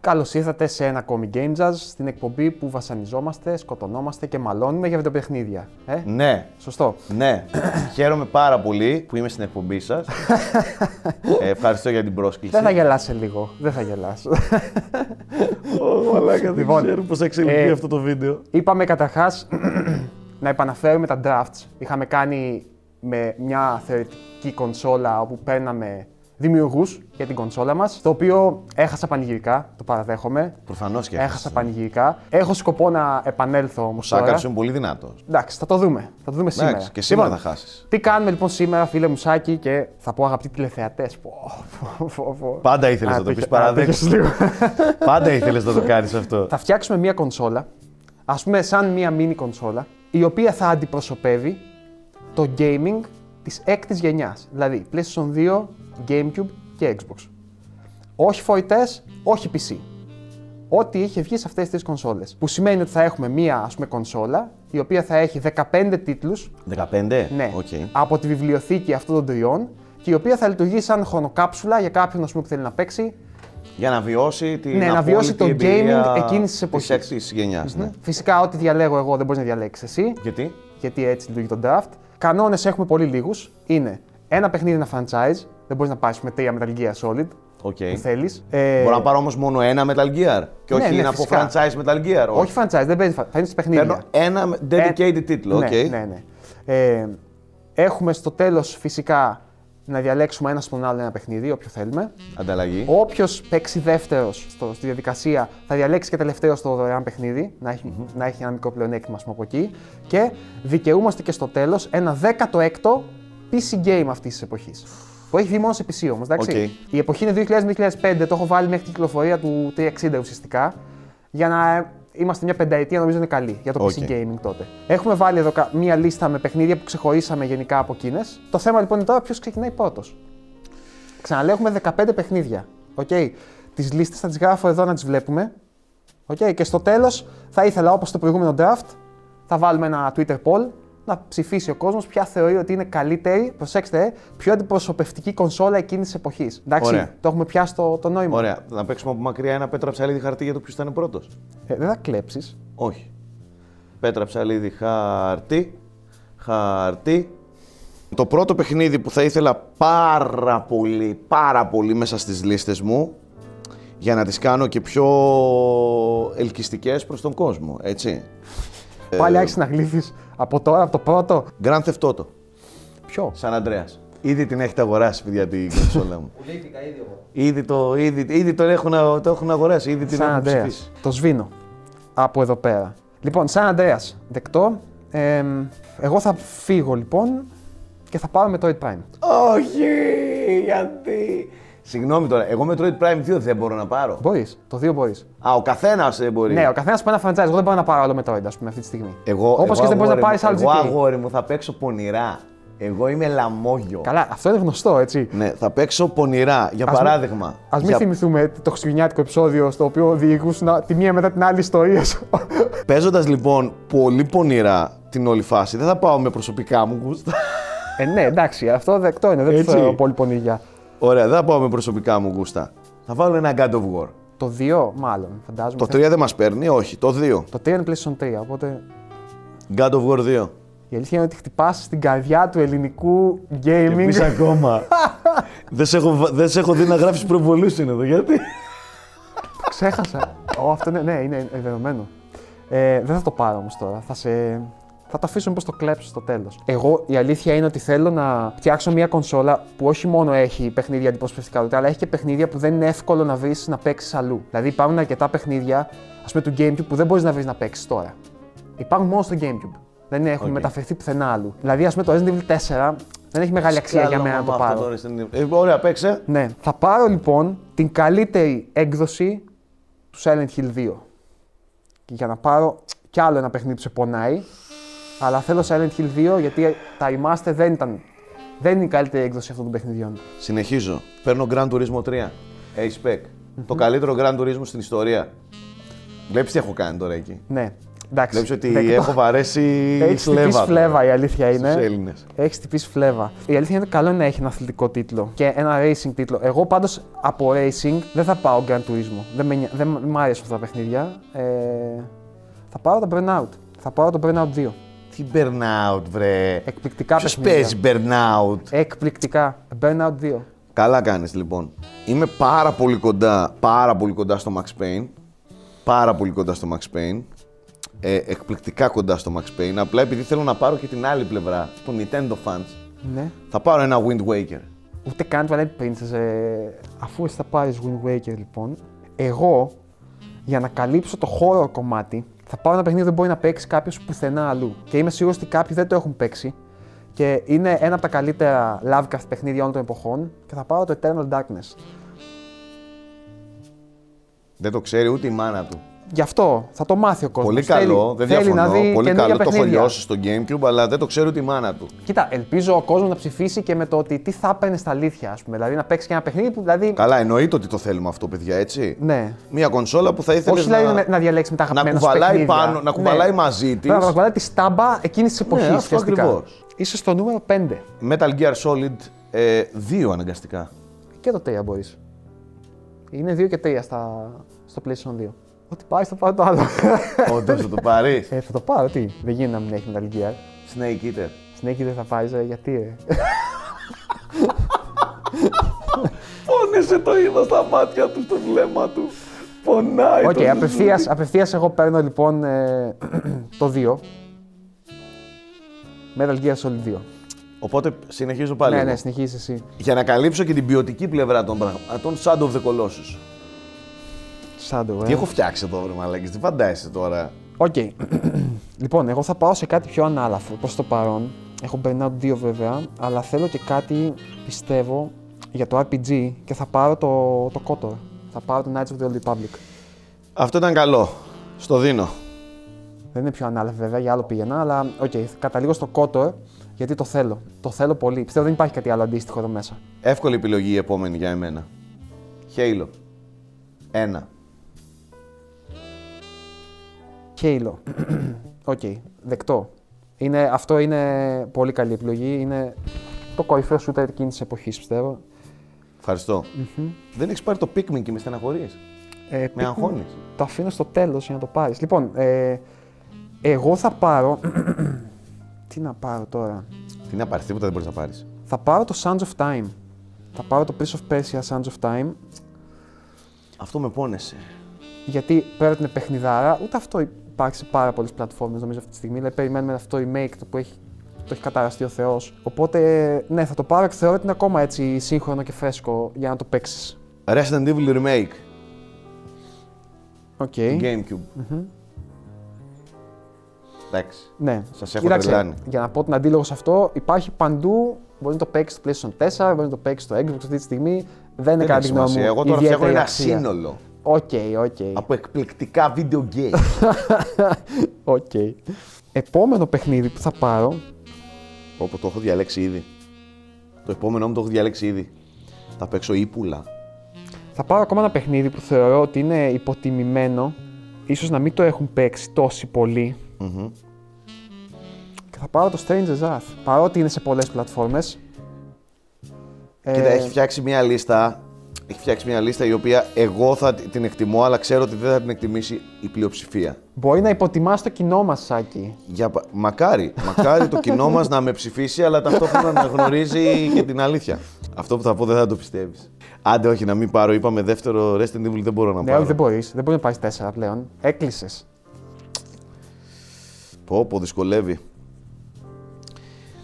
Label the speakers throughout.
Speaker 1: Καλώς ήρθατε σε ένα ακόμη Game Jazz, στην εκπομπή που βασανιζόμαστε, σκοτωνόμαστε και μαλώνουμε για βιντεοπαιχνίδια. Ε?
Speaker 2: Ναι,
Speaker 1: Σωστό.
Speaker 2: ναι. Χαίρομαι πάρα πολύ που είμαι στην εκπομπή σας. ευχαριστώ για την πρόσκληση.
Speaker 1: Δεν θα γελάσει λίγο. Δεν θα γελάσει.
Speaker 3: Ω, Μαλάκα, δεν
Speaker 1: Λοιπόν,
Speaker 3: ξέρω πώς θα εξελιχθεί
Speaker 1: ε,
Speaker 3: αυτό το βίντεο.
Speaker 1: Είπαμε καταρχάς να επαναφέρουμε τα drafts. Είχαμε κάνει με μια θεωρητική κονσόλα όπου παίρναμε δημιουργούς για την κονσόλα μας. Το οποίο έχασα πανηγυρικά, το παραδέχομαι.
Speaker 2: Προφανώς και
Speaker 1: Έχασα πανηγυρικά. Έχω σκοπό να επανέλθω όμως.
Speaker 2: Ο Σάκαρη είναι πολύ δυνατό.
Speaker 1: Εντάξει, θα το δούμε. Θα το δούμε σήμερα.
Speaker 2: Εντάξει, και σήμερα
Speaker 1: Λοιπόν,
Speaker 2: θα χάσεις.
Speaker 1: Τι κάνουμε λοιπόν σήμερα, φίλε Μουσάκη, και θα πω αγαπητοί τηλεθεατές.
Speaker 2: Πάντα ήθελες να το πει παραδέξω. Πάντα ήθελες να το κάνεις αυτό.
Speaker 1: Θα φτιάξουμε μία κονσόλα, ας πούμε σαν μία mini κονσόλα, η οποία θα αντιπροσωπεύει το gaming της έκτης γενιάς. Δηλαδή PlayStation 2, GameCube και Xbox. Όχι φορητέ, όχι PC. Ό,τι είχε βγει σε αυτές τις τρεις κονσόλες. Που σημαίνει ότι θα έχουμε μία ας πούμε, κονσόλα, η οποία θα έχει 15 τίτλου
Speaker 2: 15?
Speaker 1: ναι,
Speaker 2: Οκ.
Speaker 1: από τη βιβλιοθήκη αυτών των τριών και η οποία θα λειτουργεί σαν χρονοκάψουλα για κάποιον ας πούμε, που θέλει να παίξει.
Speaker 2: Για να βιώσει την.
Speaker 1: Ναι, να
Speaker 2: απόλυτη
Speaker 1: βιώσει το
Speaker 2: εμπειρία
Speaker 1: gaming εκείνης της εποχής.
Speaker 2: Της έξι γενιά. Ναι.
Speaker 1: Φυσικά, ό,τι διαλέγω εγώ δεν μπορείς να διαλέξεις εσύ,
Speaker 2: Γιατί?
Speaker 1: γιατί έτσι λειτουργεί το draft. Κανόνες έχουμε πολύ λίγους. Είναι ένα παιχνίδι, ένα franchise. Δεν μπορείς να πάρει με τρία Metal Gear Solid
Speaker 2: Οκ.
Speaker 1: που θέλεις. Ε,
Speaker 2: Μπορώ να πάρω όμως μόνο ένα Metal Gear. Και
Speaker 1: Ναι,
Speaker 2: όχι
Speaker 1: ναι,
Speaker 2: να πω
Speaker 1: φυσικά.
Speaker 2: franchise Metal Gear.
Speaker 1: Όχι franchise, δεν παίζεις. Θα είναι σε παιχνίδια.
Speaker 2: Παίρνω ένα dedicated
Speaker 1: Ε,
Speaker 2: τίτλο. οκ.
Speaker 1: Ναι, ναι, ναι. Ε, έχουμε στο τέλος φυσικά να διαλέξουμε ένα στον άλλο ένα παιχνίδι, όποιο θέλουμε.
Speaker 2: Ανταλλαγή.
Speaker 1: Όποιος παίξει δεύτερος στη διαδικασία θα διαλέξει και τελευταίο στο δωρεάν παιχνίδι, να εχει να έχει ένα μικρό πλεονέκτημα ας πούμε, από εκεί. Και δικαιούμαστε και στο τέλος ένα 16ο PC game αυτής της εποχής. Που έχει βγει μόνο σε PC όμως, εντάξει.
Speaker 2: Οκ.
Speaker 1: Η εποχή είναι 2000-2005, το έχω βάλει μέχρι την κυκλοφορία του 360 ουσιαστικά. Για να ε, είμαστε μια πενταετία, νομίζω είναι καλή για το
Speaker 2: Οκ.
Speaker 1: PC gaming τότε. Έχουμε βάλει εδώ κα- μία λίστα με παιχνίδια που ξεχωρίσαμε γενικά από εκείνες. Το θέμα λοιπόν είναι τώρα ποιος ξεκινάει πρώτος. Ξαναλέω, έχουμε 15 παιχνίδια. Οκ. Τις λίστες θα τις γράφω εδώ να τις βλέπουμε. Οκ. Και στο τέλος θα ήθελα, όπως στο προηγούμενο draft, θα βάλουμε ένα Twitter poll να ψηφίσει ο κόσμος ποια θεωρεί ότι είναι καλύτερη, προσέξτε, ε, πιο αντιπροσωπευτική κονσόλα εκείνης της εποχής. Εντάξει,
Speaker 2: Ωραία.
Speaker 1: το έχουμε πιάσει το, το νόημα.
Speaker 2: Ωραία. Να παίξουμε από μακριά ένα πέτρα ψαλίδι χαρτί για το ποιος ήταν πρώτος.
Speaker 1: Ε, δεν θα κλέψεις.
Speaker 2: Όχι. Πέτρα ψαλίδι χαρτί. Χαρτί. Το πρώτο παιχνίδι που θα ήθελα πάρα πολύ, πάρα πολύ μέσα στις λίστες μου για να τις κάνω και πιο ελκυστικές προς τον κόσμο, έτσι. Ε,
Speaker 1: Πάλι άρχισε να γλύφεις από τώρα, από το πρώτο.
Speaker 2: Grand Theft Auto,
Speaker 1: Ποιο.
Speaker 2: Σαν Ανδρέας. Ήδη την έχετε αγοράσει, παιδιά, την κονσόλα μου.
Speaker 4: Πουλήθηκα ήδη εγώ.
Speaker 2: ήδη το, ήδη, ήδη τον έχουν, α- το έχουν αγοράσει, ήδη την
Speaker 1: Σαν
Speaker 2: έχουν
Speaker 1: Αντρέα.
Speaker 2: ψηφίσει.
Speaker 1: Το σβήνω. Από εδώ πέρα. Λοιπόν, σαν Αντρέας. Δεκτό. Εμ, εγώ θα φύγω λοιπόν και θα πάω με το 8 Prime.
Speaker 2: Όχι, γιατί... Συγγνώμη τώρα, εγώ Metroid Prime 2 δεν μπορώ να πάρω.
Speaker 1: Μπορείς. Το 2 μπορείς.
Speaker 2: Α, ο καθένας δεν μπορεί.
Speaker 1: Ναι, ο καθένας πάει ένα franchise. Εγώ δεν μπορώ να πάρω άλλο με το 8, ας πούμε, αυτή τη στιγμή.
Speaker 2: Εγώ,
Speaker 1: Όπως
Speaker 2: εγώ,
Speaker 1: και δεν μπορείς να
Speaker 2: αγόρι
Speaker 1: πάρει
Speaker 2: μου,
Speaker 1: άλλο
Speaker 2: Εγώ
Speaker 1: GT.
Speaker 2: αγόρι μου θα παίξω πονηρά. Εγώ είμαι λαμόγιο.
Speaker 1: Καλά, αυτό είναι γνωστό, έτσι.
Speaker 2: Ναι, θα παίξω πονηρά. Για παράδειγμα.
Speaker 1: Ας μην
Speaker 2: για...
Speaker 1: θυμηθούμε το χριστουγεννιάτικο επεισόδιο στο οποίο διηγούσαν τη μία μετά την άλλη ιστορία.
Speaker 2: Παίζοντας λοιπόν πολύ πονηρά την όλη φάση, δεν θα πάω με προσωπικά μου γούστα.
Speaker 1: ε, ναι, εντάξει, αυτό δεκτό είναι. Δεν το
Speaker 2: Έτσι.
Speaker 1: θεωρώ πολύ πονηριά.
Speaker 2: Ωραία, δεν θα πάω με προσωπικά μου γούστα. Θα βάλω ένα God of War.
Speaker 1: Το 2, μάλλον, φαντάζομαι.
Speaker 2: Το 3
Speaker 1: θα-
Speaker 2: δεν μας παίρνει, όχι. Το 2.
Speaker 1: το 3 είναι PlayStation 3, οπότε
Speaker 2: God of War 2.
Speaker 1: Η αλήθεια είναι ότι χτυπάς στην καρδιά του ελληνικού gaming.
Speaker 3: Εμείς ακόμα. δεν, σε έχω, βα- δεν σε έχω δει να γράφει προβολή εδώ, γιατί.
Speaker 1: Ξέχασα. Ω, αυτό είναι, ναι, είναι δεδομένο. Ε, δεν θα το πάρω όμως τώρα. Θα, σε... θα το αφήσω μήπω το κλέψω στο τέλος. Εγώ η αλήθεια είναι ότι θέλω να φτιάξω μια κονσόλα που όχι μόνο έχει παιχνίδια αντιπροσωπευτικά ούτε, αλλά έχει και παιχνίδια που δεν είναι εύκολο να βρεις να παίξεις αλλού. Δηλαδή υπάρχουν αρκετά παιχνίδια, ας πούμε του Gamecube, που δεν μπορείς να βρεις να παίξεις τώρα. Υπάρχουν μόνο στο Gamecube. Δεν έχουν μεταφερθεί πουθενά αλλού. Δηλαδή, ας πούμε το Resident Evil 4 δεν έχει μεγάλη αξία για μένα να το πάρω.
Speaker 2: Ε, ωραία, παίξε.
Speaker 1: Ναι. Θα πάρω λοιπόν την καλύτερη έκδοση του Silent Hill 2. Και για να πάρω κι άλλο ένα παιχνίδι που σε πονάει. Αλλά θέλω Silent Hill 2 γιατί τα Remaster δεν ήταν. Δεν είναι η καλύτερη έκδοση αυτών των παιχνιδιών.
Speaker 2: Συνεχίζω. Παίρνω Grand Turismo 3. Ace Spec. Το καλύτερο Grand Turismo στην ιστορία. Βλέπεις τι έχω κάνει τώρα εκεί.
Speaker 1: Ναι. Εντάξει.
Speaker 2: Βλέπεις ότι
Speaker 1: δεκτό.
Speaker 2: έχω βαρέσει
Speaker 1: Έχεις χτυπήσει
Speaker 2: σλέβα.
Speaker 1: φλέβα η αλήθεια
Speaker 2: Στους
Speaker 1: είναι.
Speaker 2: Έλληνες.
Speaker 1: Έχεις χτυπήσει φλέβα. Η αλήθεια είναι ότι καλό είναι να έχει ένα αθλητικό τίτλο και ένα racing τίτλο. Εγώ πάντως από racing δεν θα πάω Gran Turismo. Δεν, με, νοι- δεν μ' άρεσαν αυτά τα παιχνίδια. Ε, θα πάω τα Burnout. Θα πάω το Burnout 2.
Speaker 2: Τι burnout, βρε.
Speaker 1: Εκπληκτικά
Speaker 2: Ποιος
Speaker 1: παιχνίδια.
Speaker 2: παίζει burnout.
Speaker 1: Εκπληκτικά. Burnout 2.
Speaker 2: Καλά κάνεις λοιπόν. Είμαι πάρα πολύ κοντά, πάρα πολύ κοντά στο Max Payne. Πάρα πολύ κοντά στο Max Payne. Ε, εκπληκτικά κοντά στο Max Payne. Απλά επειδή θέλω να πάρω και την άλλη πλευρά, το Nintendo fans,
Speaker 1: Ναι.
Speaker 2: θα πάρω ένα Wind Waker.
Speaker 1: Ούτε καν το Twilight Princess. Ε, αφού εσύ θα πάρεις Wind Waker λοιπόν, εγώ για να καλύψω το χώρο κομμάτι θα πάω ένα παιχνίδι που δεν μπορεί να παίξει κάποιος πουθενά αλλού. Και είμαι σίγουρος ότι κάποιοι δεν το έχουν παίξει. Και είναι ένα από τα καλύτερα Lovecraft παιχνίδια όλων των εποχών και θα πάω το Eternal Darkness.
Speaker 2: Δεν το ξέρει ούτε η μάνα του.
Speaker 1: Γι' αυτό θα το μάθει ο κόσμος.
Speaker 2: Πολύ καλό, δεν διαφωνώ. Πολύ καλό το έχω λιώσει στο Gamecube, αλλά δεν το ξέρει ούτε η μάνα του.
Speaker 1: Κοίτα, ελπίζω ο κόσμος να ψηφίσει και με το ότι τι θα έπαιρνε στα αλήθεια, ας πούμε. Δηλαδή να παίξει και ένα παιχνίδι που δηλαδή.
Speaker 2: Καλά, εννοείται ότι το θέλουμε αυτό, παιδιά, έτσι.
Speaker 1: Ναι.
Speaker 2: Μια κονσόλα που θα ήθελες
Speaker 1: Όχι δηλαδή
Speaker 2: να...
Speaker 1: να... να διαλέξει με τα
Speaker 2: να
Speaker 1: αγαπημένα σου
Speaker 2: κουβαλάει,
Speaker 1: παιχνίδια. Ναι.
Speaker 2: πάνω, να κουβαλάει μαζί της.
Speaker 1: Πρέπει Να κουβαλάει τη στάμπα εκείνης της εποχής.
Speaker 2: αυτό ακριβώς.
Speaker 1: Ναι, Είσαι στο νούμερο 5.
Speaker 2: Metal Gear Solid ε, 2 αναγκαστικά.
Speaker 1: Και το 3 μπορείς. Είναι 2 και 3 στα... στο PlayStation 2. Ό,τι πάει, θα πάρω το άλλο.
Speaker 2: Όντως θα το πάρεις.
Speaker 1: ε, θα το πάρω, τι. Δεν γίνεται να μην έχει Metal Gear.
Speaker 2: Snake Eater.
Speaker 1: Στην Έκη δεν θα πάρεις, ε, γιατί. Ε.
Speaker 3: Πόνεσε το είδα στα μάτια του, στο βλέμμα του. Πονάει
Speaker 1: Οκ, απευθείας, απευθείας εγώ παίρνω λοιπόν ε, το 2. Metal Gear Solid 2.
Speaker 2: Οπότε συνεχίζω πάλι.
Speaker 1: Ναι,
Speaker 2: εγώ.
Speaker 1: ναι, συνεχίζεις εσύ.
Speaker 2: Για να καλύψω και την ποιοτική πλευρά των πραγμάτων, Shadow of the Colossus.
Speaker 1: Shadow, ε.
Speaker 2: Τι έχω φτιάξει εδώ, ρε Μαλάκης, τι φαντάζεσαι τώρα.
Speaker 1: Οκ. λοιπόν, εγώ θα πάω σε κάτι πιο ανάλαφο προς το παρόν. Έχω Burnout 2 βέβαια, αλλά θέλω και κάτι πιστεύω για το RPG και θα πάρω το, το Kotor. Θα πάρω το Knights of the Old Republic.
Speaker 2: Αυτό ήταν καλό. Στο δίνω.
Speaker 1: Δεν είναι πιο ανάλαφο βέβαια, για άλλο πήγαινα, αλλά οκ, καταλήγω στο Kotor γιατί το θέλω. Το θέλω πολύ. Πιστεύω δεν υπάρχει κάτι άλλο αντίστοιχο εδώ μέσα.
Speaker 2: Εύκολη επιλογή η επόμενη για εμένα. Halo. Ένα.
Speaker 1: Halo. Οκ, δεκτό. Είναι, αυτό είναι πολύ καλή επιλογή. Είναι το κορυφαίο shooter εκείνης της εποχής, πιστεύω.
Speaker 2: Ευχαριστώ. Δεν έχεις πάρει το Pikmin και με στεναχωρείς.
Speaker 1: Ε,
Speaker 2: Με
Speaker 1: Pikmin
Speaker 2: αγχώνεις.
Speaker 1: Το αφήνω στο τέλος για να το πάρεις. Λοιπόν, ε, εγώ θα πάρω... Τι να πάρω τώρα...
Speaker 2: Τι να πάρεις, τίποτα δεν μπορείς να πάρεις.
Speaker 1: Θα πάρω το Sands of Time. Θα πάρω το Prince of Persia Sands of Time,
Speaker 2: Αυτό με πόνεσε.
Speaker 1: γιατί πέρα από την παιχνιδάρα, ούτε αυτό υπάρχει σε πάρα πολλές πλατφόρμες νομίζω αυτή τη στιγμή. Δηλαδή, περιμένουμε αυτό το remake το που έχει, το έχει καταραστεί ο Θεός. Οπότε, ναι, θα το πάρω και θεωρώ ότι είναι ακόμα έτσι σύγχρονο και φρέσκο για να το παίξεις.
Speaker 2: Resident Evil Remake.
Speaker 1: Οκ.
Speaker 2: Gamecube. Εντάξει.
Speaker 1: Ναι.
Speaker 2: Σας έχω
Speaker 1: Κοίταξε,
Speaker 2: τρελάνει.
Speaker 1: Για να πω την αντίλογο σε αυτό, υπάρχει παντού. Μπορεί να το παίξεις στο PlayStation 4, μπορεί να το παίξεις στο Xbox αυτή τη στιγμή. Δεν είναι
Speaker 2: Δεν
Speaker 1: κατά
Speaker 2: έχει
Speaker 1: τη γνώμη μου.
Speaker 2: σημασία. Εγώ τώρα
Speaker 1: ιδιαίτερη
Speaker 2: φτιάχνω ένα
Speaker 1: αξία.
Speaker 2: σύνολο
Speaker 1: Οκ, οκ.
Speaker 2: από εκπληκτικά video games.
Speaker 1: Οκ. Επόμενο παιχνίδι που θα πάρω.
Speaker 2: Όπου το έχω διαλέξει ήδη. Το επόμενό μου το έχω διαλέξει ήδη. Θα παίξω ύπουλα.
Speaker 1: Θα πάρω ακόμα ένα παιχνίδι που θεωρώ ότι είναι υποτιμημένο. Ίσως να μην το έχουν παίξει τόσοι πολλοί. Και θα πάρω το Stranger's Wrath. Παρότι είναι σε πολλές πλατφόρμες.
Speaker 2: Κοίτα,
Speaker 1: ε,
Speaker 2: έχει φτιάξει μια λίστα. Έχει φτιάξει μια λίστα η οποία εγώ θα την εκτιμώ, αλλά ξέρω ότι δεν θα την εκτιμήσει η πλειοψηφία.
Speaker 1: Μπορεί να υποτιμάς το κοινό μας, Σάκη.
Speaker 2: Για... πα- Μακάρι, μακάρι το κοινό μας να με ψηφίσει, αλλά ταυτόχρονα να γνωρίζει και την αλήθεια. Αυτό που θα πω δεν θα το πιστεύεις. Άντε, όχι, να μην πάρω. Είπαμε δεύτερο Resident Evil δεν μπορώ να
Speaker 1: Ναι,
Speaker 2: πάρω.
Speaker 1: όχι, δεν μπορείς. Δεν μπορεί να πάρεις 4 πλέον. Έκλεισες.
Speaker 2: Πω, πω, δυσκολεύει.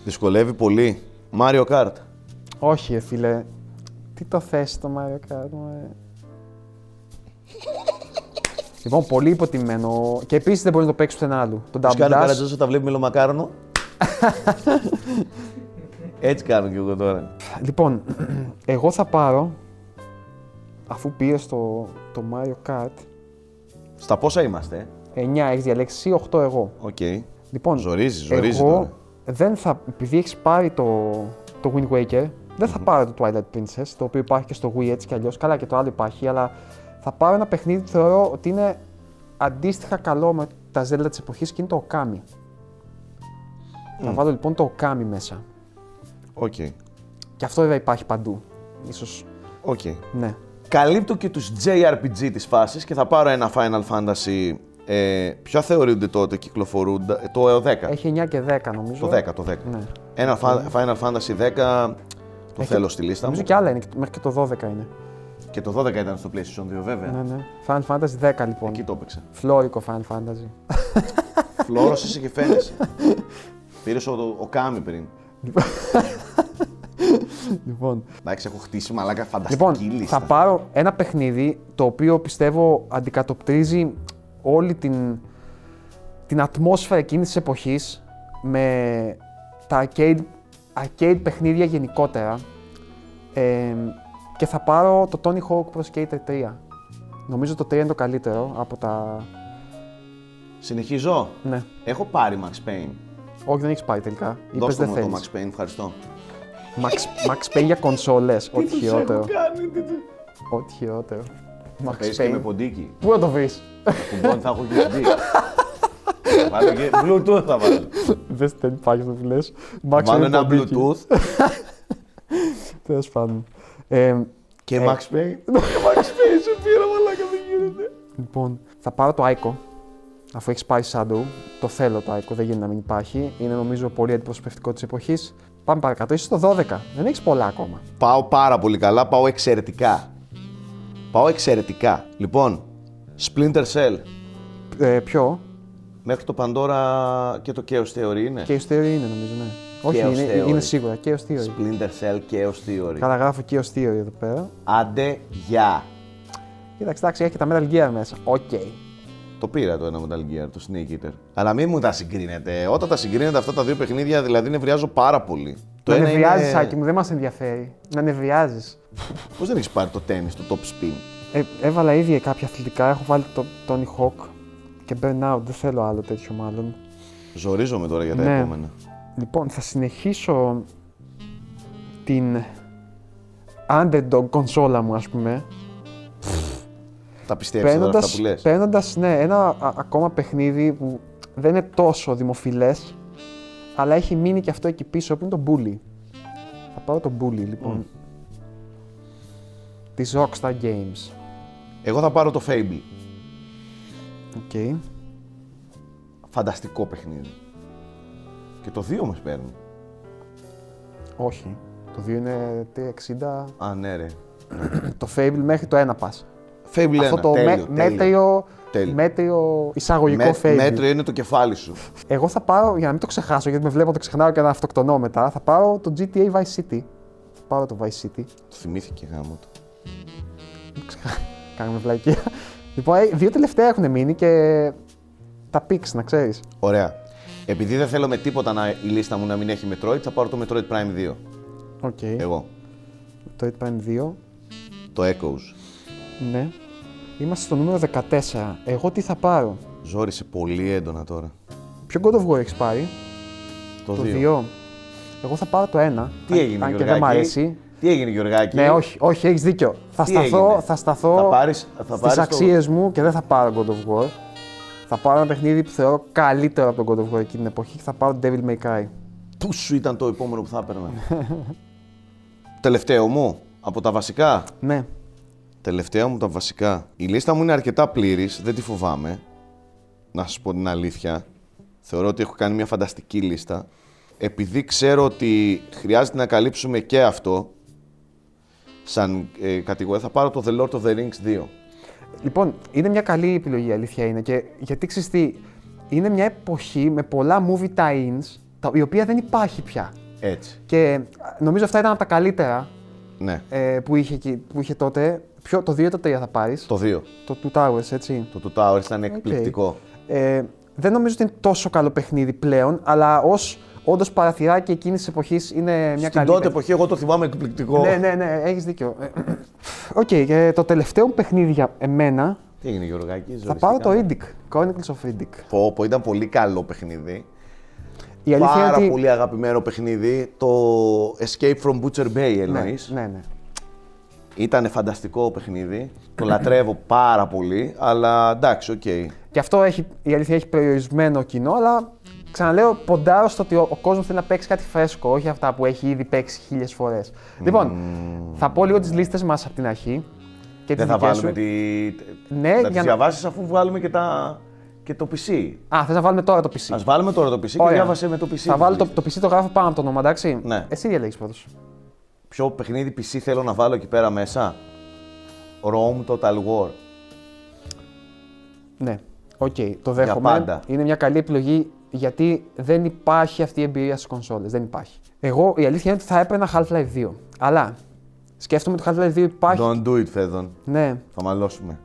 Speaker 2: Δυσκολεύει πολύ. Mario Kart.
Speaker 1: Όχι, ρε φίλε. Τι το θες το ε. Mario Kart, μωρέ. Λοιπόν, πολύ υποτιμμένο. Και επίσης δεν μπορείς να το παίξεις πουθενά άλλου. Τον
Speaker 2: Τους
Speaker 1: Double
Speaker 2: κάνω
Speaker 1: Dash.
Speaker 2: καρατζές όταν βλέπει μελομακάρονο. Έτσι κάνω κι εγώ τώρα.
Speaker 1: Λοιπόν, εγώ θα πάρω. Αφού πήρες το, το Mario Kart.
Speaker 2: Στα πόσα είμαστε, ε?
Speaker 1: 9 έχεις διαλέξει, εσύ, 8 εγώ.
Speaker 2: Οκ.
Speaker 1: Λοιπόν,
Speaker 2: Ζορίζεις, ζορίζεις
Speaker 1: εγώ
Speaker 2: τώρα.
Speaker 1: δεν θα, επειδή έχεις πάρει το, το Wind Waker, δεν θα πάρω το Twilight Princess, το οποίο υπάρχει και στο Wii έτσι κι αλλιώς. Καλά και το άλλο υπάρχει, αλλά θα πάρω ένα παιχνίδι που θεωρώ ότι είναι αντίστοιχα καλό με τα Zelda της εποχής και είναι το Okami. Θα βάλω λοιπόν το Okami μέσα.
Speaker 2: Οκ.
Speaker 1: Και αυτό βέβαια υπάρχει παντού. Ίσως,
Speaker 2: Οκ.
Speaker 1: ναι.
Speaker 2: Καλύπτω και τους JRPG της φάσης και θα πάρω ένα Final Fantasy. Ε, ποια θεωρούνται τότε κυκλοφορούν, το 10.
Speaker 1: Έχει 9 και 10 νομίζω.
Speaker 2: Το 10, το 10.
Speaker 1: Ναι.
Speaker 2: Ένα Fa- Final Fantasy 10 το
Speaker 1: Έχει-
Speaker 2: θέλω στη λίστα μου.
Speaker 1: Νομίζω και άλλα είναι, μέχρι και το 12 είναι.
Speaker 2: Και το 12 ήταν στο PlayStation 2 βέβαια.
Speaker 1: Ναι, ναι. Final Fantasy 10 λοιπόν.
Speaker 2: Εκεί το έπαιξε.
Speaker 1: Φλόρικο Final Fantasy.
Speaker 2: Φλόρωσες και φαίνεσαι. Πήρες ο, ο Κάμι πριν.
Speaker 1: λοιπόν,
Speaker 2: Εντάξει, έχω χτίσει μαλάκα φανταστική
Speaker 1: λοιπόν
Speaker 2: λίστα.
Speaker 1: θα πάρω ένα παιχνίδι το οποίο πιστεύω αντικατοπτρίζει όλη την, την ατμόσφαιρα εκείνης της εποχής με τα arcade, arcade παιχνίδια γενικότερα ε, και θα πάρω το Tony Hawk Pro Skater 3. Νομίζω το 3 είναι το καλύτερο από τα...
Speaker 2: Συνεχίζω.
Speaker 1: Ναι.
Speaker 2: Έχω πάρει Max Payne.
Speaker 1: Όχι, δεν έχεις πάει τελικά. Είπες
Speaker 2: Δώστε
Speaker 1: δεν
Speaker 2: μου το
Speaker 1: θέλεις.
Speaker 2: Max Payne, ευχαριστώ.
Speaker 1: Max, Max Payne για κονσόλες. Ό,τι χειρότερο.
Speaker 2: κάνει, τι τους...
Speaker 1: Ό,τι χειρότερο. Max
Speaker 2: Παίζει και με
Speaker 1: Payne.
Speaker 2: ποντίκι.
Speaker 1: Πού θα το βρεις.
Speaker 2: Κουμπών θα έχω USB. Θα βάλω και Bluetooth θα βάλω.
Speaker 1: Δες δεν υπάρχει αυτό που λες.
Speaker 2: Βάλω ένα Bluetooth.
Speaker 1: Τέλος πάντων. Ε,
Speaker 2: Και Max Payne.
Speaker 1: λοιπόν, θα πάρω το Aiko. Αφού έχεις πάει Shadow, το θέλω το Aiko, δεν γίνεται να μην υπάρχει. Είναι νομίζω πολύ αντιπροσωπευτικό της εποχής. Πάμε παρακάτω, είσαι στο 12. Δεν έχεις πολλά ακόμα.
Speaker 2: Πάω πάρα πολύ καλά, πάω εξαιρετικά. Πάω εξαιρετικά. Λοιπόν, Splinter Cell.
Speaker 1: Ε, ποιο?
Speaker 2: Μέχρι το Pandora και το Chaos Theory είναι.
Speaker 1: Και Theory είναι νομίζω, ναι. Όχι,
Speaker 2: Chaos
Speaker 1: είναι,
Speaker 2: Theory.
Speaker 1: είναι σίγουρα. Chaos Theory.
Speaker 2: Splinter Cell Chaos Theory.
Speaker 1: Καλά, γράφω Chaos Theory εδώ πέρα.
Speaker 2: Άντε, γεια.
Speaker 1: Κοίταξε, εντάξει, έχει και τα Metal Gear μέσα. Οκ.
Speaker 2: Το πήρα το ένα Metal Gear, το Snake Eater. Αλλά μην μου τα συγκρίνετε. Όταν τα συγκρίνετε αυτά τα δύο παιχνίδια, δηλαδή νευριάζω πάρα πολύ.
Speaker 1: να νευριάζεις,
Speaker 2: είναι-
Speaker 1: Άκη μου, δεν μας ενδιαφέρει. Να νευριάζεις.
Speaker 2: Πώς δεν έχεις πάρει το τέννις, το top spin.
Speaker 1: Ε, έβαλα ήδη κάποια αθλητικά. Έχω βάλει το Tony Hawk και Burnout. Δεν θέλω άλλο τέτοιο μάλλον.
Speaker 2: Ζορίζομαι τώρα για τα
Speaker 1: Ναι.
Speaker 2: επόμενα.
Speaker 1: Λοιπόν, θα συνεχίσω την underdog κονσόλα μου, ας πούμε.
Speaker 2: Τα πιστεύεις τώρα αυτά
Speaker 1: Παίρνοντας,
Speaker 2: που λες.
Speaker 1: παίρνοντας, ναι, ένα α- ακόμα παιχνίδι που δεν είναι τόσο δημοφιλές, αλλά έχει μείνει και αυτό εκεί πίσω, που είναι το Bully. Θα πάρω το Bully, λοιπόν. Της Rockstar Games.
Speaker 2: Εγώ θα πάρω το Fable.
Speaker 1: Οκ.
Speaker 2: Φανταστικό παιχνίδι. Και το δύο μας παίρνει.
Speaker 1: Όχι. Το 2 είναι 360.
Speaker 2: Α, ναι ρε.
Speaker 1: Το Fable μέχρι το 1 πας.
Speaker 2: Fable
Speaker 1: Αυτό
Speaker 2: ένα,
Speaker 1: το
Speaker 2: τέλειο,
Speaker 1: με,
Speaker 2: τέλειο.
Speaker 1: μέτριο,
Speaker 2: Τέλειο.
Speaker 1: μέτριο εισαγωγικό
Speaker 2: Με-
Speaker 1: Fable.
Speaker 2: μέτριο είναι το κεφάλι σου.
Speaker 1: Εγώ θα πάω, για να μην το ξεχάσω, γιατί με βλέπω το ξεχνάω και να αυτοκτονώ μετά, θα πάρω το GTA Vice City. Θα πάρω το Vice City.
Speaker 2: το θυμήθηκε γάμο του.
Speaker 1: Κάνουμε βλακία. Λοιπόν, ε, δύο τελευταία έχουν μείνει και τα πίξ, να ξέρεις.
Speaker 2: Ωραία. Επειδή δεν θέλω με τίποτα να, η λίστα μου να μην έχει Metroid, θα πάρω το Metroid Prime 2.
Speaker 1: Οκ.
Speaker 2: Εγώ.
Speaker 1: Το It Prime 2.
Speaker 2: Το Echoes.
Speaker 1: Ναι. Είμαστε στο νούμερο 14. Εγώ τι θα πάρω.
Speaker 2: Ζόρισε πολύ έντονα τώρα.
Speaker 1: Ποιο God of War έχεις πάρει.
Speaker 2: Το,
Speaker 1: Το
Speaker 2: 2.
Speaker 1: 2. Εγώ θα πάρω το 1.
Speaker 2: Τι έγινε,
Speaker 1: Αν και
Speaker 2: Γεωργάκη.
Speaker 1: δεν μ' αρέσει.
Speaker 2: Τι έγινε, Γεωργάκη.
Speaker 1: Ναι, όχι, όχι, έχεις δίκιο. Θα
Speaker 2: Τι
Speaker 1: σταθώ,
Speaker 2: έγινε?
Speaker 1: θα σταθώ
Speaker 2: Θα πάρεις- θα πάρεις
Speaker 1: στις
Speaker 2: το-
Speaker 1: αξίες μου και δεν θα πάρω God of War. Θα πάρω ένα παιχνίδι που θεωρώ καλύτερο από τον God of War εκείνη την εποχή και θα πάρω Devil May Cry.
Speaker 2: Πού σου ήταν το επόμενο που θα έπαιρνα. Τελευταίο μου, από τα βασικά.
Speaker 1: Ναι,
Speaker 2: Τελευταία μου τα βασικά. Η λίστα μου είναι αρκετά πλήρης, δεν τη φοβάμαι. Να σας πω την αλήθεια. Θεωρώ ότι έχω κάνει μια φανταστική λίστα. Επειδή ξέρω ότι χρειάζεται να καλύψουμε και αυτό, σαν ε, κατηγορία, θα πάρω το The Lord of the Rings 2.
Speaker 1: Λοιπόν, είναι μια καλή επιλογή, η αλήθεια είναι. Και γιατί ξέρεις τι, είναι μια εποχή με πολλά movie tie-ins, τα- η οποία δεν υπάρχει πια.
Speaker 2: Έτσι.
Speaker 1: Και α, νομίζω αυτά ήταν από τα καλύτερα
Speaker 2: Ναι.
Speaker 1: ε, που, είχε, εκεί- που είχε τότε. Ποιο, το 2 ή το 3 θα πάρεις, το,
Speaker 2: Το 2.
Speaker 1: το Two Towers, έτσι.
Speaker 2: Το Two Towers ήταν εκπληκτικό.
Speaker 1: Ε, δεν νομίζω ότι είναι τόσο καλό παιχνίδι πλέον, αλλά ως όντως παραθυράκι εκείνης της εποχής είναι μια
Speaker 2: Στην
Speaker 1: καλή.
Speaker 2: τότε
Speaker 1: παίκτη.
Speaker 2: εποχή, εγώ το θυμάμαι εκπληκτικό.
Speaker 1: Ναι, ναι, ναι, έχεις δίκιο. Ε, Οκ, και το τελευταίο μου παιχνίδι για εμένα
Speaker 2: Τι έγινε, Γιωργάκη,
Speaker 1: θα πάρω το Indic. Chronicles of Indic.
Speaker 2: Πω, πω, ήταν πολύ καλό παιχνίδι.
Speaker 1: Η αλήθεια
Speaker 2: Πάρα
Speaker 1: είναι ότι.
Speaker 2: πολύ αγαπημένο παιχνίδι. Το Escape from Butcher Bay εννοείς.
Speaker 1: Ναι, ναι, ναι.
Speaker 2: Ήταν φανταστικό παιχνίδι. Το λατρεύω πάρα πολύ. Αλλά εντάξει, οκ.
Speaker 1: Και αυτό έχει, η αλήθεια έχει περιορισμένο κοινό, αλλά ξαναλέω ποντάρω στο ότι ο, ο κόσμος θέλει να παίξει κάτι φρέσκο, όχι αυτά που έχει ήδη παίξει χίλιες φορές. Λοιπόν, θα πω λίγο τις λίστες μας από την αρχή. Και τις
Speaker 2: Δεν θα
Speaker 1: δικές
Speaker 2: βάλουμε
Speaker 1: σου.
Speaker 2: τη.
Speaker 1: Ναι,
Speaker 2: να
Speaker 1: για
Speaker 2: τις
Speaker 1: να-
Speaker 2: διαβάσεις αφού βγάλουμε και, τα... και το PC.
Speaker 1: Α, θες να βάλουμε τώρα το PC.
Speaker 2: Ας βάλουμε τώρα το PC και
Speaker 1: Ωραία.
Speaker 2: διάβασε με το δηλαδή. PC.
Speaker 1: Θα
Speaker 2: που
Speaker 1: βάλω το,
Speaker 2: βρίσκεται.
Speaker 1: το PC το γράφω πάνω από το όνομα, εντάξει.
Speaker 2: Ναι.
Speaker 1: Εσύ διαλέγει πρώτος.
Speaker 2: Ποιο παιχνίδι PC θέλω να βάλω εκεί πέρα μέσα. Rome Total War.
Speaker 1: Ναι. Οκ, το δέχομαι.
Speaker 2: πάντα.
Speaker 1: Είναι μια καλή επιλογή γιατί δεν υπάρχει αυτή η εμπειρία στις κονσόλες. Δεν υπάρχει. Εγώ η αλήθεια είναι ότι θα έπαιρνα Half-Life 2. Αλλά σκέφτομαι ότι το Half-Life 2 υπάρχει.
Speaker 2: Don't do it, Φέδων.
Speaker 1: Ναι.
Speaker 2: Θα μαλώσουμε.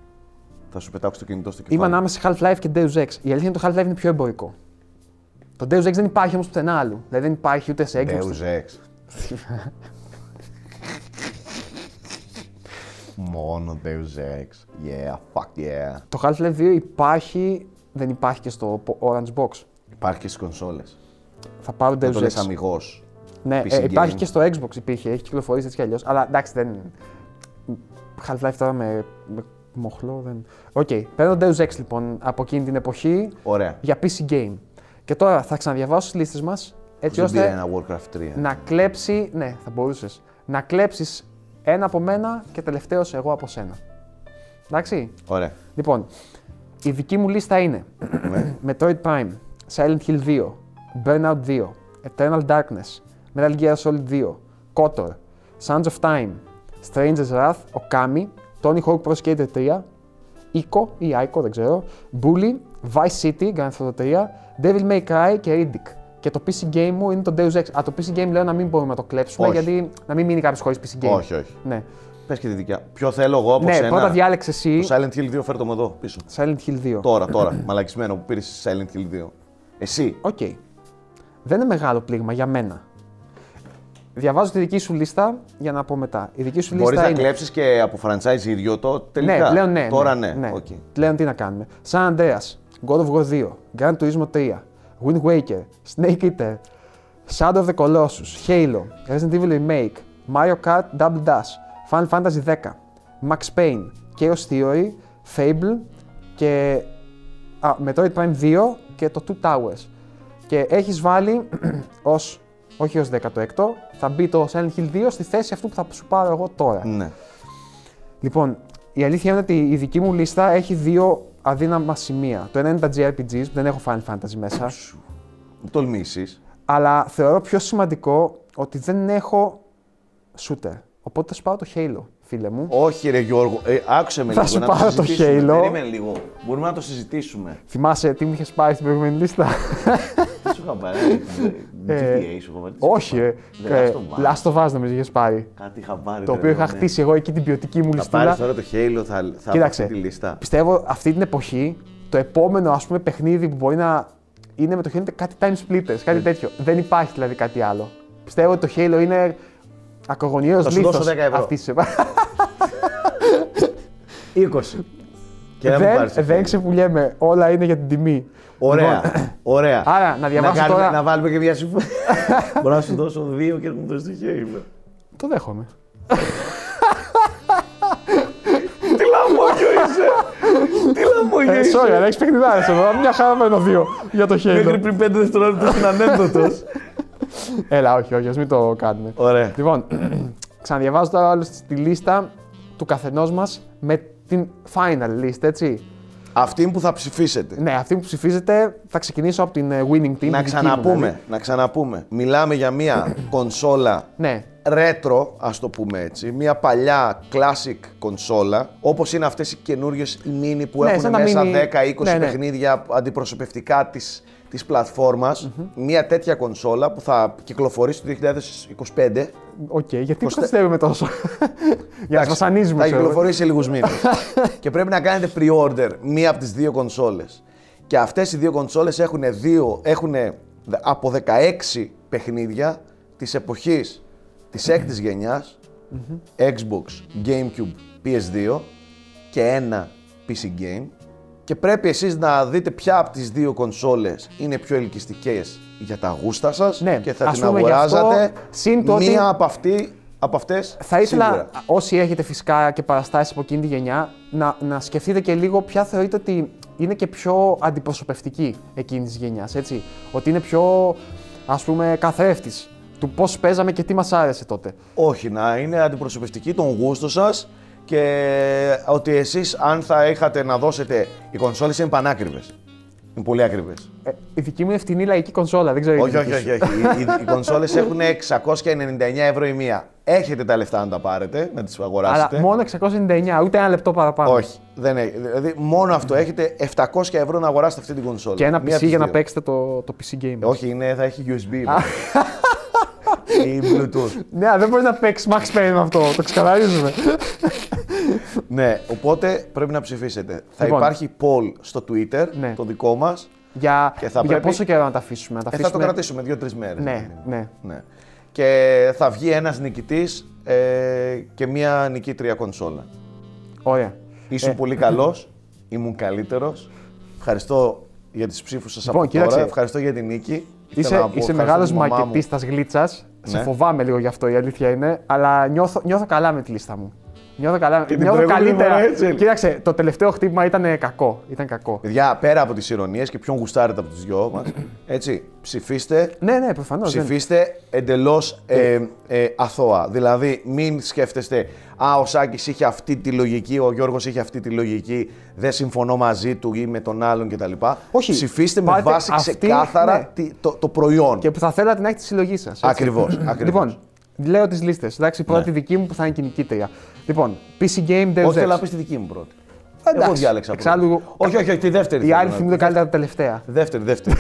Speaker 2: Θα σου πετάξω το κινητό στο κεφάλι.
Speaker 1: Είμαι ανάμεσα σε Half-Life και Deus Ex. Η αλήθεια είναι ότι το Half-Life είναι πιο εμπορικό. Το Deus Ex δεν υπάρχει όμως πουθενά άλλου. Δηλαδή δεν υπάρχει ούτε
Speaker 2: Ε,
Speaker 1: σε έκδοση.
Speaker 2: Deus Ex. Μόνο Deus Ex. Yeah, fuck yeah.
Speaker 1: Το Half-Life 2 υπάρχει, δεν υπάρχει και στο Orange Box.
Speaker 2: Υπάρχει και στις
Speaker 1: Ε,
Speaker 2: κονσόλες.
Speaker 1: Θα πάρω
Speaker 2: Δεν
Speaker 1: Deus
Speaker 2: το
Speaker 1: Ex.
Speaker 2: λες αμυγός.
Speaker 1: Ναι,
Speaker 2: PC
Speaker 1: ε, υπάρχει
Speaker 2: game.
Speaker 1: και στο Xbox υπήρχε, έχει κυκλοφορήσει έτσι κι αλλιώς. Αλλά εντάξει, δεν. Half-Life τώρα με, με μοχλό, δεν. Οκ, παίρνω Deus Ex λοιπόν από εκείνη την εποχή
Speaker 2: Ωραία.
Speaker 1: για PC game. Και τώρα θα ξαναδιαβάσω τι λίστες μας έτσι
Speaker 2: Δεν πήρα
Speaker 1: ώστε
Speaker 2: ένα Warcraft 3.
Speaker 1: να κλέψει. Ναι, θα μπορούσες. Να κλέψεις ένα από μένα και τελευταίος εγώ από σένα. Εντάξει.
Speaker 2: Ωραία.
Speaker 1: Λοιπόν, η δική μου λίστα είναι
Speaker 2: Ναι.
Speaker 1: Metroid Prime, Silent Hill 2, Burnout 2, Eternal Darkness, Metal Gear Solid 2, KOTOR, Sons of Time, Stranger's Wrath, Okami, Tony Hawk Pro Skater 3, Ico ή Ico, δεν ξέρω, Bully, Vice City, Grand Theft Auto 3, Devil May Cry και Riddick. Και το PC game μου είναι το Deus Ex. Α, το PC game λέω να μην μπορούμε να το κλέψουμε,
Speaker 2: Όχι.
Speaker 1: γιατί να μην μείνει κάποιος χωρίς PC game.
Speaker 2: Όχι, όχι.
Speaker 1: Ναι,
Speaker 2: Πες και τη δικιά. Ποιο θέλω εγώ από
Speaker 1: ναι
Speaker 2: σένα.
Speaker 1: πρώτα διάλεξε εσύ
Speaker 2: Το Silent Hill 2 φέρτο μου εδώ πίσω.
Speaker 1: Silent Hill 2.
Speaker 2: Τώρα, τώρα. Μαλακισμένο που πήρες Silent Hill 2. Εσύ.
Speaker 1: Οκ. Δεν είναι μεγάλο πλήγμα για μένα. Διαβάζω τη δική σου λίστα για να πω μετά. Η δική σου
Speaker 2: Μπορείς
Speaker 1: λίστα
Speaker 2: να
Speaker 1: είναι...
Speaker 2: κλέψεις και από franchise ίδιο το τελικά.
Speaker 1: Ναι, πλέον ναι.
Speaker 2: Τώρα
Speaker 1: ναι.
Speaker 2: ναι. Οκ.
Speaker 1: Πλέον τι να κάνουμε. Σαν Andreas, God of War 2, Gran Turismo 3, Wind Waker, Snake Eater, Shadow of the Colossus, Halo, Resident Evil Remake, Mario Kart Double Dash, Final Fantasy 10, Max Payne, Chaos Theory, Fable και α, Metroid Prime 2 και το Two Towers. Και έχεις βάλει ως, όχι ως 16ο, θα μπει το Silent Hill 2 στη θέση αυτού που θα σου πάρω εγώ τώρα.
Speaker 2: Ναι.
Speaker 1: Λοιπόν, η αλήθεια είναι ότι η δική μου λίστα έχει δύο αδύναμα σημεία. Το ένα είναι τα JRPGs, που δεν έχω Final Fantasy μέσα.
Speaker 2: Μην τολμήσεις.
Speaker 1: αλλά θεωρώ πιο σημαντικό ότι δεν έχω shooter. Οπότε θα σου πάρω το Halo, φίλε μου.
Speaker 2: Όχι, ρε Γιώργο, ε, άκουσε με
Speaker 1: Θα
Speaker 2: λίγο.
Speaker 1: σου
Speaker 2: να
Speaker 1: πάρω το
Speaker 2: συζητήσουμε.
Speaker 1: Halo.
Speaker 2: Περίμενε λίγο. Μπορούμε να το συζητήσουμε.
Speaker 1: Θυμάσαι τι μου είχες πάρει στην προηγούμενη λίστα.
Speaker 2: Τι σου είχα πάρει. ε, GTA σου είχα πάρει. τι σου
Speaker 1: Όχι,
Speaker 2: είχα
Speaker 1: ρε.
Speaker 2: πάρει. Δεν,
Speaker 1: Ε,
Speaker 2: Last of
Speaker 1: Last
Speaker 2: Us.
Speaker 1: of Us νομίζω είχες πάρει.
Speaker 2: Κάτι είχα πάρει.
Speaker 1: Το
Speaker 2: ρε,
Speaker 1: οποίο είχα
Speaker 2: ναι.
Speaker 1: χτίσει εγώ εκεί την ποιοτική μου
Speaker 2: Θα πάρει
Speaker 1: λιστούλα.
Speaker 2: τώρα το Halo, θα,
Speaker 1: Κοίταξε.
Speaker 2: θα Κοίταξε. τη λίστα.
Speaker 1: Πιστεύω αυτή την εποχή, το επόμενο ας πούμε παιχνίδι που μπορεί να είναι με το Halo είναι κάτι time splitters, κάτι τέτοιο. Δεν υπάρχει δηλαδή κάτι άλλο. Πιστεύω ότι το Halo είναι ακρογωνιαίος
Speaker 2: Θα σου δώσω
Speaker 1: λίθος
Speaker 2: 10 ευρώ.
Speaker 1: αυτής της επα-
Speaker 3: 20.
Speaker 2: Και να μην
Speaker 1: δεν,
Speaker 2: πάρεις το
Speaker 1: δεν
Speaker 2: Halo.
Speaker 1: ξεπουλιέμαι, όλα είναι για την τιμή.
Speaker 2: Ωραία,
Speaker 1: Λοιπόν,
Speaker 2: ωραία.
Speaker 1: Άρα, να διαβάσω
Speaker 2: κάνουμε-
Speaker 1: τώρα-
Speaker 2: Να βάλουμε και μια συμφωνία. Μπορώ να σου δώσω δύο και έχουμε δώσει το Halo.
Speaker 1: το δέχομαι.
Speaker 2: Τι λαμόγιο είσαι! Τι λαμόγιο
Speaker 1: Ε,
Speaker 2: είσαι!
Speaker 1: sorry, αλλά έχεις παιχνιδάρες εδώ, μια χαρά παίρνω δύο για το
Speaker 3: Μέχρι
Speaker 1: Halo.
Speaker 3: πριν 5 δευτερόλεπτα ήσουν ανέκδοτο.
Speaker 1: Έλα, όχι, όχι, ας μην το κάνουμε.
Speaker 2: Ωραία.
Speaker 1: Λοιπόν, ξαναδιαβάζω τώρα όλη τη λίστα του καθενός μας με την final list, έτσι.
Speaker 2: Αυτή που θα ψηφίσετε.
Speaker 1: Ναι, αυτή που ψηφίζετε θα ξεκινήσω από την ε, winning team.
Speaker 2: Να
Speaker 1: τη δική μου, δηλαδή.
Speaker 2: ξαναπούμε, να ξαναπούμε. Μιλάμε για μια κονσόλα
Speaker 1: Ναι,
Speaker 2: ρέτρο, ας το πούμε έτσι, μια παλιά classic κονσόλα, όπως είναι αυτές οι καινούριες οι mini που
Speaker 1: Ναι,
Speaker 2: έχουν
Speaker 1: σαν να
Speaker 2: μέσα
Speaker 1: mini.
Speaker 2: 10-20
Speaker 1: Ναι, ναι.
Speaker 2: παιχνίδια αντιπροσωπευτικά της, της πλατφόρμας, μια τέτοια κονσόλα που θα κυκλοφορήσει το 2025.
Speaker 1: οκ, γιατί
Speaker 2: Κοστε-
Speaker 1: κοστεύουμε τόσο. Για να
Speaker 2: Εντάξει,
Speaker 1: βασανίζουμε,
Speaker 2: Θα
Speaker 1: ξέρω. εγώ.
Speaker 2: κυκλοφορήσει σε λίγους μήνες. και πρέπει να κάνετε pre-order μία από τις δύο κονσόλες. Και αυτές οι δύο κονσόλες έχουν, δύο, έχουν από 16 παιχνίδια της εποχής της έκτης γενιάς, Xbox, Gamecube, PS2 και ένα PC game. Και πρέπει εσείς να δείτε ποια από τις δύο κονσόλες είναι πιο ελκυστικές για τα γούστα σας
Speaker 1: Ναι,
Speaker 2: και θα
Speaker 1: ας
Speaker 2: την
Speaker 1: πούμε γι' αυτό,
Speaker 2: αγοράζατε
Speaker 1: συν το ότι-
Speaker 2: μία από αυτή Από αυτές.
Speaker 1: Θα ήθελα όσοι έχετε φυσικά και παραστάσεις από εκείνη τη γενιά να, να σκεφτείτε και λίγο ποια θεωρείτε ότι είναι και πιο αντιπροσωπευτική εκείνη της γενιάς. Έτσι. Ότι είναι πιο ας πούμε καθρέφτης του πώς παίζαμε και τι μας άρεσε τότε.
Speaker 2: Όχι, να είναι αντιπροσωπευτική των γούστο σας και ότι εσείς, αν θα είχατε να δώσετε. Οι κονσόλε είναι πανάκριβες. Είναι πολύ ακριβέ.
Speaker 1: Ε, η δική μου είναι φτηνή λαϊκή κονσόλα, δεν ξέρω.
Speaker 2: Όχι,
Speaker 1: για τη
Speaker 2: όχι,
Speaker 1: δική
Speaker 2: όχι.
Speaker 1: σου.
Speaker 2: όχι. Οι, οι κονσόλες έχουν 699 ευρώ η μία. Έχετε τα λεφτά να τα πάρετε, να τις αγοράσετε.
Speaker 1: Αλλά μόνο 699, ούτε ένα λεπτό παραπάνω.
Speaker 2: Όχι. Δεν έχει. Δηλαδή, μόνο αυτό. Έχετε 700 ευρώ να αγοράσετε αυτή την κονσόλα.
Speaker 1: Και ένα
Speaker 2: Μία
Speaker 1: PC
Speaker 2: από τις
Speaker 1: για να
Speaker 2: δύο.
Speaker 1: παίξετε το, το PC game.
Speaker 2: Όχι, είναι, θα έχει USB. ή Bluetooth.
Speaker 1: Ναι, δεν μπορείς να παίξεις Max Payne με αυτό, το ξεκαθαρίζουμε.
Speaker 2: ναι, οπότε πρέπει να ψηφίσετε. Θα
Speaker 1: Λοιπόν.
Speaker 2: υπάρχει poll στο Twitter,
Speaker 1: Ναι.
Speaker 2: το δικό μας.
Speaker 1: για
Speaker 2: Και θα
Speaker 1: για
Speaker 2: πρέπει-
Speaker 1: πόσο καιρό να τα αφήσουμε. Να τα
Speaker 2: Ε,
Speaker 1: αφήσουμε...
Speaker 2: θα το κρατήσουμε δύο-τρει μέρες.
Speaker 1: Ναι, ναι.
Speaker 2: ναι. Και θα βγει ένας νικητής ε, και μία νικήτρια κονσόλα.
Speaker 1: Ωραία. Ε.
Speaker 2: Ήσουν πολύ καλός, ήμουν καλύτερος. Ευχαριστώ για τις ψήφους σας
Speaker 1: Λοιπόν,
Speaker 2: από
Speaker 1: κοίταξε.
Speaker 2: τώρα. Ευχαριστώ για τη νίκη. Ήθελα να
Speaker 1: Είσαι,
Speaker 2: πω
Speaker 1: είσαι
Speaker 2: ευχαριστώ
Speaker 1: μεγάλος
Speaker 2: τη μαμά μου.
Speaker 1: μακετή γλίτσας. Σε
Speaker 2: Ναι.
Speaker 1: φοβάμαι λίγο γι' αυτό η αλήθεια είναι, αλλά νιώθω, νιώθω καλά με τη λίστα μου. Νιώθω καλά.
Speaker 2: την
Speaker 1: νιώθω
Speaker 2: προηγούμενη φορά έτσι.
Speaker 1: Κοίταξε, το τελευταίο χτύπημα ήταν ε, κακό. Ήταν κακό.
Speaker 2: Παιδιά, πέρα από τις ηρωνίες και ποιον γουστάρετε από τους δυο μας, έτσι, ψηφίστε.
Speaker 1: Ναι, ναι, προφανώς.
Speaker 2: Ψηφίστε εντελώς ε, ε, αθώα. Δηλαδή, μην σκέφτεστε Α, ο Σάκης είχε αυτή τη λογική, ο Γιώργος είχε αυτή τη λογική, δεν συμφωνώ μαζί του ή με τον άλλον κτλ.
Speaker 1: Όχι,
Speaker 2: Ψηφίστε με
Speaker 1: πάτε
Speaker 2: βάση
Speaker 1: αυτή,
Speaker 2: ξεκάθαρα
Speaker 1: ναι.
Speaker 2: τι- το, το προϊόν.
Speaker 1: Και που θα θέλατε να έχετε τη συλλογή σας.
Speaker 2: Ακριβώς.
Speaker 1: Λοιπόν, λέω τις λίστες. Εντάξει, η πρώτη δική μου που θα είναι και η νικήτρια. Λοιπόν, PC Game Deus
Speaker 2: Ναι. Όχι, θέλω
Speaker 1: Ex.
Speaker 2: να πεις τη δική μου πρώτη.
Speaker 1: Εντάξει,
Speaker 2: Εγώ διάλεξα πρώτη.
Speaker 1: εξάλλου-
Speaker 2: Όχι, όχι, όχι, τη δεύτερη.
Speaker 1: Οι
Speaker 2: θέλω
Speaker 1: άλλοι
Speaker 2: να-
Speaker 1: θυμούνται καλύτερα τα τελευταία.
Speaker 2: Δεύτερη, δεύτερη.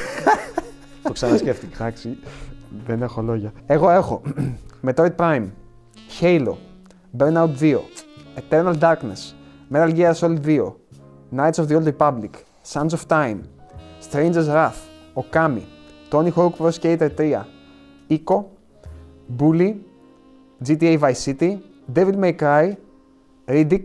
Speaker 2: το ξανασκέφτηκα.
Speaker 1: Εντάξει, δεν έχω λόγια. Εγώ έχω Metroid Prime, Halo, Burnout 2, Eternal Darkness, Metal Gear Solid 2, Knights of the Old Republic, Sons of Time, Stranger's Wrath, Okami, Tony Hawk Pro Skater 3, Ico, Bully, GTA Vice City, Devil May Cry, Riddick,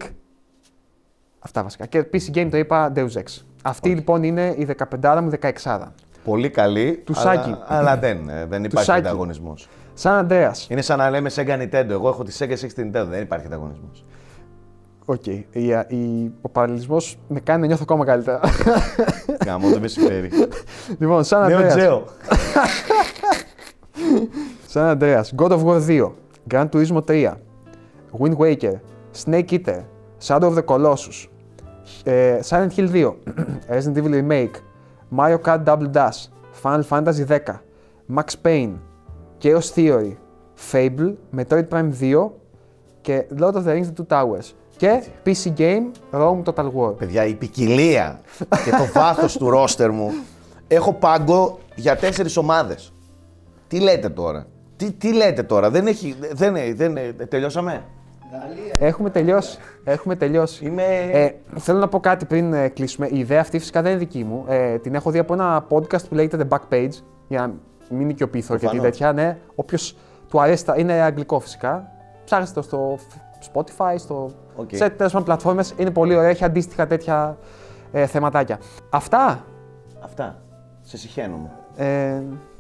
Speaker 1: αυτά βασικά. Και PC Game το είπα Deus Ex. Αυτή λοιπόν είναι η 15 μου 16.
Speaker 2: Πολύ καλή.
Speaker 1: Του
Speaker 2: αλλά-
Speaker 1: Σάκη.
Speaker 2: Αλλά δεν, ε, δεν υπάρχει
Speaker 1: Σάκη.
Speaker 2: ανταγωνισμός.
Speaker 1: Σαν Αντρέα.
Speaker 2: Είναι σαν να λέμε Sega Nintendo. Εγώ έχω τη Sega, εσύ έχεις τη Nintendo. Δεν υπάρχει ανταγωνισμός.
Speaker 1: Οκ. Η, α- η, ο παραλληλισμός με κάνει να νιώθω ακόμα καλύτερα.
Speaker 2: Γαμώ, δεν με συμφέρει.
Speaker 1: λοιπόν, σαν
Speaker 2: Νέο
Speaker 1: Αντρέα.
Speaker 2: Τζέο.
Speaker 1: Σαν Αντρέα. God of War 2. Gran Turismo 3. Wind Waker. Snake Eater. Shadow of the Colossus. ε, Silent Hill 2. Resident Evil Remake. Mario Kart Double Dash. Final Fantasy 10. Max Payne. Chaos Theory. Fable. Metroid Prime 2. Και Lord of the Rings The Two Towers. Και PC Game Rome Total War.
Speaker 2: Παιδιά, η ποικιλία και το βάθος του ρόστερ μου. Έχω πάγκο για τέσσερις ομάδες. Τι λέτε τώρα. Τι, τι λέτε τώρα. Δεν έχει. Δεν, δεν, δεν, τελειώσαμε.
Speaker 1: Έχουμε τελειώσει. Έχουμε τελειώσει.
Speaker 2: Είμαι-
Speaker 1: Ε, θέλω να πω κάτι πριν ε, κλείσουμε. Η ιδέα αυτή φυσικά δεν είναι δική μου. Ε, την έχω δει από ένα podcast που λέγεται The Backpage. Για να μην οικειοποιηθώ και την
Speaker 2: Προφανώς.
Speaker 1: τέτοια. Ναι, όποιος του αρέσει, τα- είναι αγγλικό φυσικά. Ψάχνετε το στο Spotify, στο.
Speaker 2: Οκ.
Speaker 1: σε τέλο πάντων πλατφόρμες. Είναι πολύ ωραία, έχει αντίστοιχα τέτοια ε, θεματάκια. Αυτά.
Speaker 2: Αυτά. Σε συχαίνομαι.
Speaker 1: Ε,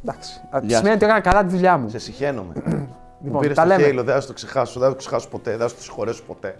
Speaker 1: εντάξει.
Speaker 2: Γεια
Speaker 1: Σημαίνει ότι έκανα καλά τη δουλειά μου.
Speaker 2: Σε συχαίνομαι. Μου
Speaker 1: Λοιπόν,
Speaker 2: πήρες
Speaker 1: τα
Speaker 2: το
Speaker 1: λέμε.
Speaker 2: χέρι, δεν θα το ξεχάσω, δεν θα το ξεχάσω ποτέ, δεν θα το συγχωρέσω ποτέ.